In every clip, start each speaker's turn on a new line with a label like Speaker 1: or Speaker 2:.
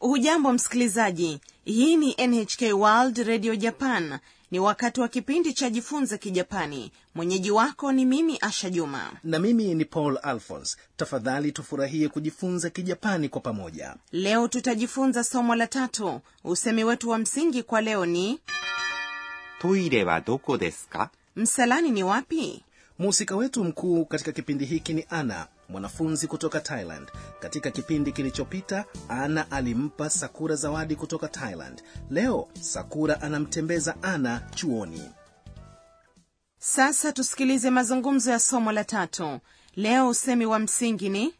Speaker 1: hujambo msikilizaji hii ni nhk world radio japan ni wakati wa kipindi cha jifunze kijapani mwenyeji wako ni mimi asha juma
Speaker 2: na mimi ni paul alphons tafadhali tufurahie kujifunza kijapani kwa pamoja
Speaker 1: leo tutajifunza somo la tatu usemi wetu wa msingi kwa leo ni
Speaker 3: トイレはどこですか
Speaker 1: msalani ni wapi
Speaker 2: mhusika wetu mkuu katika kipindi hiki ni ana mwanafunzi kutoka thailand katika kipindi kilichopita ana alimpa sakura zawadi kutoka thailand leo sakura anamtembeza ana chuoni
Speaker 1: sasa tusikilize mazungumzo ya somo la tatu leo usemi wa msingi ni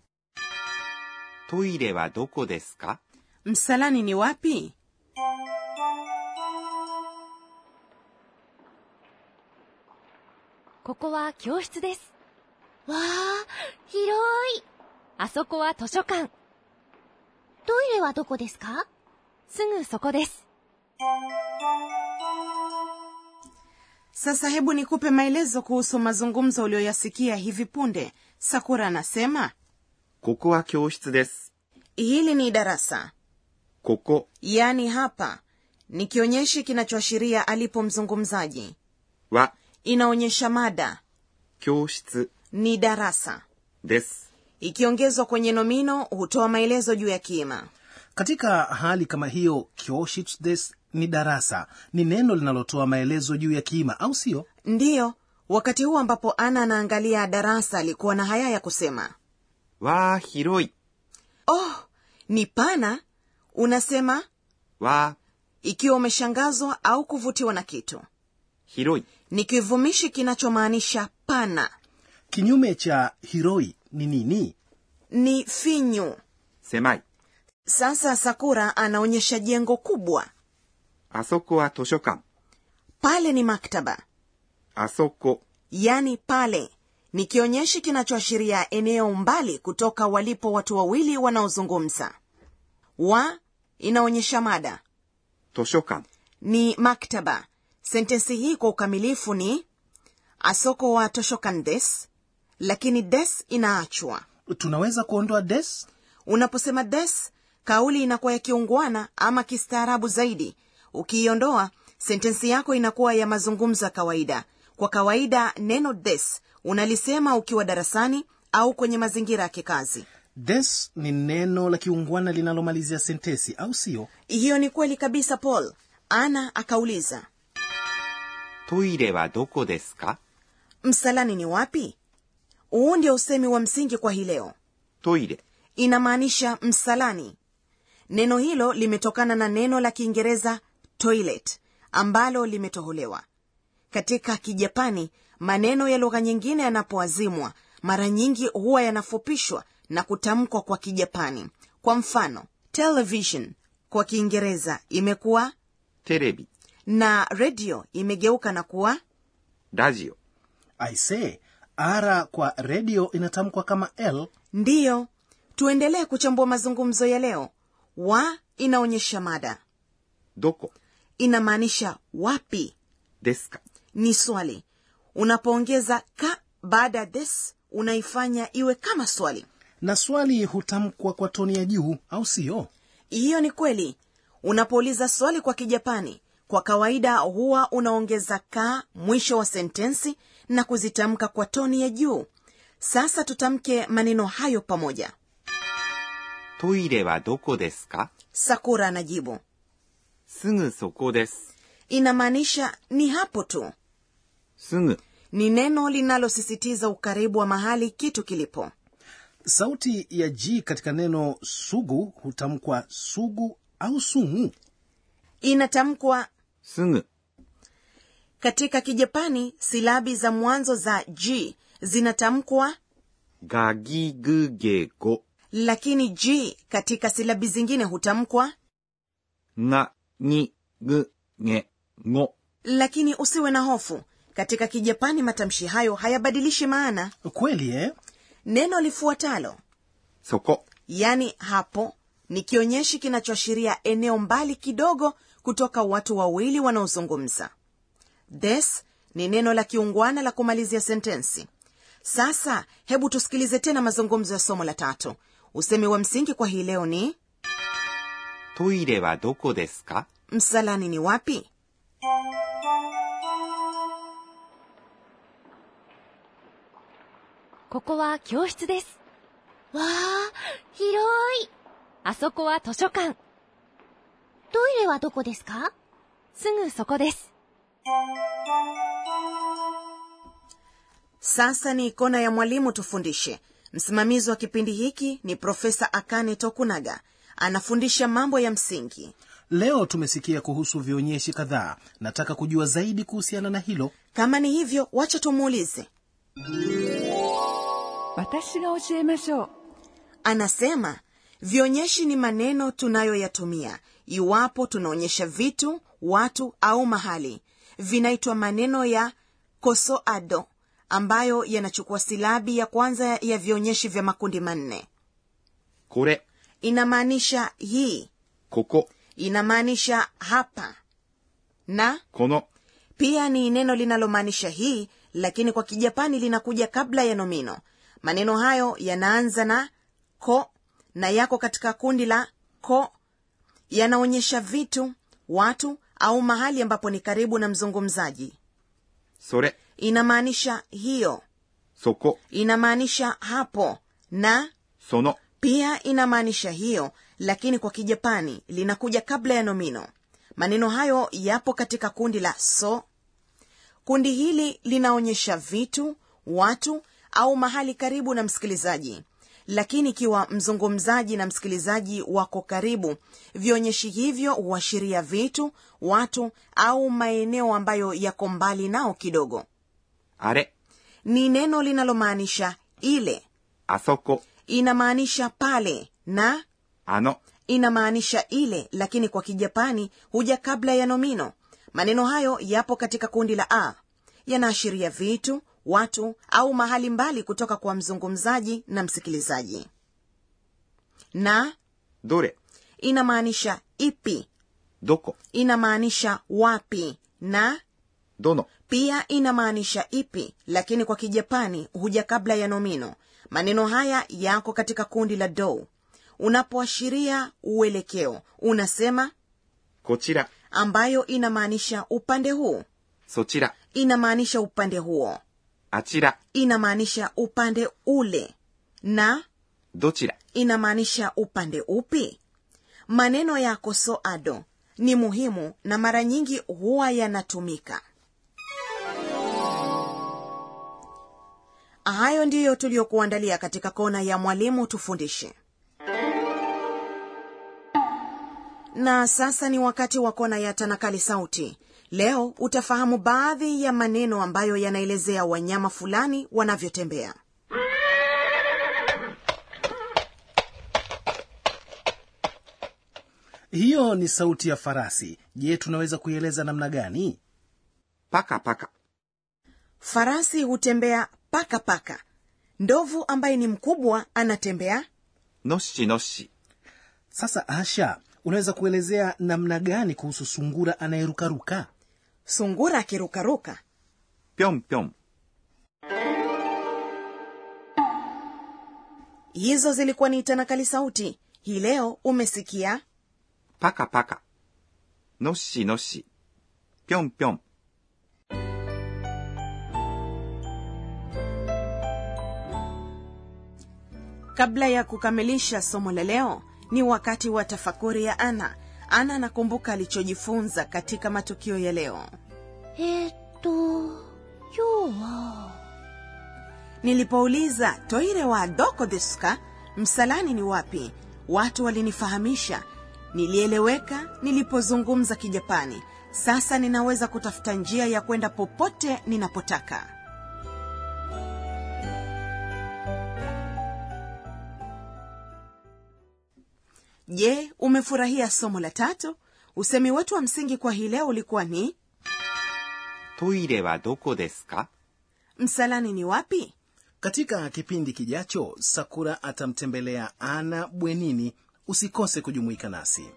Speaker 3: トイレはどこですか
Speaker 1: msalani ni wapi
Speaker 4: ここは教室です。わあ、広い。あそこは図書館。トイレはどこですかすぐそこです。
Speaker 1: sasa hebu nikupe maelezo kuhusu mazungumzo uliyoyasikia hivi punde sakura anasema
Speaker 3: ここは教室です。
Speaker 1: hili ni darasa
Speaker 3: ここ
Speaker 1: yaani hapa ni kionyeshi kinachoashiria alipo mzungumzaji
Speaker 3: は
Speaker 1: inaonyesha mada
Speaker 3: 教室
Speaker 1: ni darasa
Speaker 3: です。
Speaker 1: ikiongezwa kwenye nomino hutoa maelezo juu ya kiima
Speaker 2: katika hali kama hiyo kyoshits des ni darasa ni neno linalotoa maelezo juu ya kiima au sio
Speaker 1: ndiyo wakati huu ambapo ana anaangalia darasa alikuwa na haya ya kusema
Speaker 3: わー広い。
Speaker 1: oh ni pana unasema
Speaker 3: わー
Speaker 1: ikiwa umeshangazwa au kuvutiwa na kitu
Speaker 3: 広い。
Speaker 1: ni kivumishi kinachomaanisha pana
Speaker 2: kinyume cha hiroi ni nini
Speaker 1: ni finyu
Speaker 3: 狭い。
Speaker 1: sasa sakura anaonyesha jengo kubwa
Speaker 3: あそこは図書館。
Speaker 1: pale ni maktaba
Speaker 3: あそこ
Speaker 1: yani pale ni kionyeshi kinachoashiria eneo mbali kutoka walipo watu wawili wanaozungumza wa inaonyesha mada
Speaker 3: 図書館。
Speaker 1: ni maktaba sentensi hii kwa ukamilifu ni asoko wa toshokan des lakini des inaachwa
Speaker 2: tunaweza kuondoa des
Speaker 1: unaposema des kauli inakuwa ya kiungwana ama kistaarabu zaidi ukiiondoa sentensi yako inakuwa ya mazungumzo ya kawaida kwa kawaida neno des unalisema ukiwa darasani au kwenye mazingira ya kikazi
Speaker 2: des ni neno la kiungwana linalomalizia sentesi au sio
Speaker 1: hiyo ni kweli kabisa paul ana akauliza
Speaker 3: トイレはどこですか
Speaker 1: msalani ni wapi huu ndio usemi wa msingi kwa hii leo
Speaker 3: トイレ
Speaker 1: inamaanisha msalani neno hilo limetokana na neno la kiingereza toilet ambalo limetoholewa katika kijapani maneno ya lugha nyingine yanapoazimwa mara nyingi huwa yanafupishwa na kutamkwa kwa kijapani kwa mfano television kwa kiingereza imekuwa
Speaker 3: テレビ
Speaker 1: na redio imegeuka na kuwa
Speaker 3: ラジオ
Speaker 2: aise ara kwa redio inatamkwa kama l
Speaker 1: ndiyo tuendelee kuchambua mazungumzo ya leo wa inaonyesha mada
Speaker 3: どこ
Speaker 1: inamaanisha wapi
Speaker 3: ですか
Speaker 1: ni swali unapoongeza ka baada ya this unaifanya iwe kama swali
Speaker 2: na swali hutamkwa kwa toni ya juu au siyo
Speaker 1: hiyo ni kweli unapouliza swali kwa kijapani kwa kawaida huwa unaongeza ka mwisho wa sentensi na kuzitamka kwa toni ya juu sasa tutamke maneno hayo pamoja
Speaker 3: トイレはどこですか
Speaker 1: sakura anajibu
Speaker 3: すぐそこです。
Speaker 1: inamaanisha ni hapo tu
Speaker 3: すぐ
Speaker 1: ni neno linalosisitiza ukaribu wa mahali kitu kilipo
Speaker 2: sauti ya g katika neno sugu hutamkwa sugu au sumu
Speaker 1: inatamkwa
Speaker 3: すぐ
Speaker 1: katika kijapani silabi za mwanzo za g zinatamkwa
Speaker 3: がぎぐげご
Speaker 1: lakini g katika silabi zingine hutamkwa
Speaker 3: がにぐげご
Speaker 1: lakini usiwe na hofu katika kijapani matamshi hayo hayabadilishi maana
Speaker 2: kweli eh?
Speaker 1: neno lifuatalo
Speaker 3: そこ
Speaker 1: yani Yaani hapo ni kionyeshi kinachoashiria eneo mbali kidogo kutoka watu wawili wanaozungumza this ni neno la kiungwana la kumalizia sentensi sasa hebu tusikilize tena mazungumzo ya somo la tatu usemi wa msingi kwa hii leo ni
Speaker 3: トイレはどこですか
Speaker 1: msalani ni wapi?
Speaker 4: 「ここは教室です」わあ、広いあそこは図書館。トイレはどこですかすぐそこです。
Speaker 1: Sasa ni kona ya mwalimu tufundishe. Msimamizi wa kipindi hiki ni Profesa Akane Tokunaga. Anafundisha mambo ya msingi.
Speaker 2: leo tumesikia kuhusu vionyeshi kadhaa nataka kujua zaidi kuhusiana na hilo
Speaker 1: Kama ni hivyo, wacha tumuulize.
Speaker 5: 私が教えましょう
Speaker 1: Anasema vionyeshi ni maneno tunayoyatumia iwapo tunaonyesha vitu, watu au mahali. Vinaitwa maneno ya kosoado, ambayo yanachukua silabi ya kwanza ya vionyeshi vya makundi manne.
Speaker 3: これ、
Speaker 1: Inamaanisha hii,
Speaker 3: ここ、
Speaker 1: inamaanisha hapa, na
Speaker 3: この、
Speaker 1: pia ni neno linalomaanisha hii lakini kwa kijapani linakuja kabla ya nomino maneno hayo yanaanza na ko na yako katika kundi la ko yanaonyesha vitu watu au mahali ambapo ni karibu na mzungumzaji
Speaker 3: それ、
Speaker 1: inamaanisha hiyo
Speaker 3: そこ、
Speaker 1: inamaanisha hapo na
Speaker 3: その、
Speaker 1: pia inamaanisha hiyo lakini kwa kijapani linakuja kabla ya nomino maneno hayo yapo katika kundi la so kundi hili linaonyesha vitu watu au mahali karibu na msikilizaji lakini ikiwa mzungumzaji na msikilizaji wako karibu vionyeshi hivyo huashiria vitu watu au maeneo ambayo yako mbali nao kidogo
Speaker 3: あれ、
Speaker 1: ni neno linalomaanisha ile
Speaker 3: あそこ、
Speaker 1: inamaanisha pale na
Speaker 3: あの、
Speaker 1: inamaanisha ile lakini kwa kijapani huja kabla ya nomino maneno hayo yapo katika kundi la a yanaashiria vitu watu au mahali mbali kutoka kwa mzungumzaji na msikilizaji na
Speaker 3: どれ、
Speaker 1: inamaanisha ipi
Speaker 3: どこ、
Speaker 1: inamaanisha wapi na
Speaker 3: どの、
Speaker 1: pia inamaanisha ipi lakini kwa kijapani huja kabla ya nomino maneno haya yako katika kundi la do unapoashiria uelekeo unasema
Speaker 3: こちら、
Speaker 1: ambayo inamaanisha upande huu
Speaker 3: そちら、
Speaker 1: inamaanisha upande huo
Speaker 3: あちら、
Speaker 1: inamaanisha upande ule na
Speaker 3: どちら、
Speaker 1: inamaanisha upande upi maneno ya kosoado ni muhimu na mara nyingi huwa yanatumika hayo ndiyo tuliyokuandalia katika kona ya mwalimu tufundishe na sasa ni wakati wa kona ya tanakali sauti leo utafahamu baadhi ya maneno ambayo yanaelezea wanyama fulani wanavyotembea
Speaker 2: hiyo ni sauti ya farasi je tunaweza kuieleza namna gani
Speaker 3: パカパカ、
Speaker 1: farasi hutembea paka paka ndovu ambaye ni mkubwa anatembea
Speaker 3: のっしのっし、
Speaker 2: sasa asha unaweza kuelezea namna gani kuhusu sungura anayerukaruka
Speaker 1: sungura akirukaruka
Speaker 3: ぴょんぴょん、
Speaker 1: hizo zilikuwa ni tanakali sauti hii leo umesikia
Speaker 3: パカパカ、のっしのっし、ぴょんぴょん、
Speaker 1: kabla ya kukamilisha somo la leo ni wakati wa tafakuri ya ana ana anakumbuka alichojifunza katika matukio ya leo
Speaker 4: えー、っと、今日は、
Speaker 1: nilipouliza toire wa doko desuka msalani ni wapi watu walinifahamisha nilieleweka nilipozungumza kijapani sasa ninaweza kutafuta njia ya kwenda popote ninapotaka je umefurahia somo la tatu usemi wetu wa msingi kwa hii leo ulikuwa ni
Speaker 3: トイレはどこですか
Speaker 1: msalani ni wapi
Speaker 2: katika kipindi kijacho sakura atamtembelea ana bwenini usikose kujumuika nasi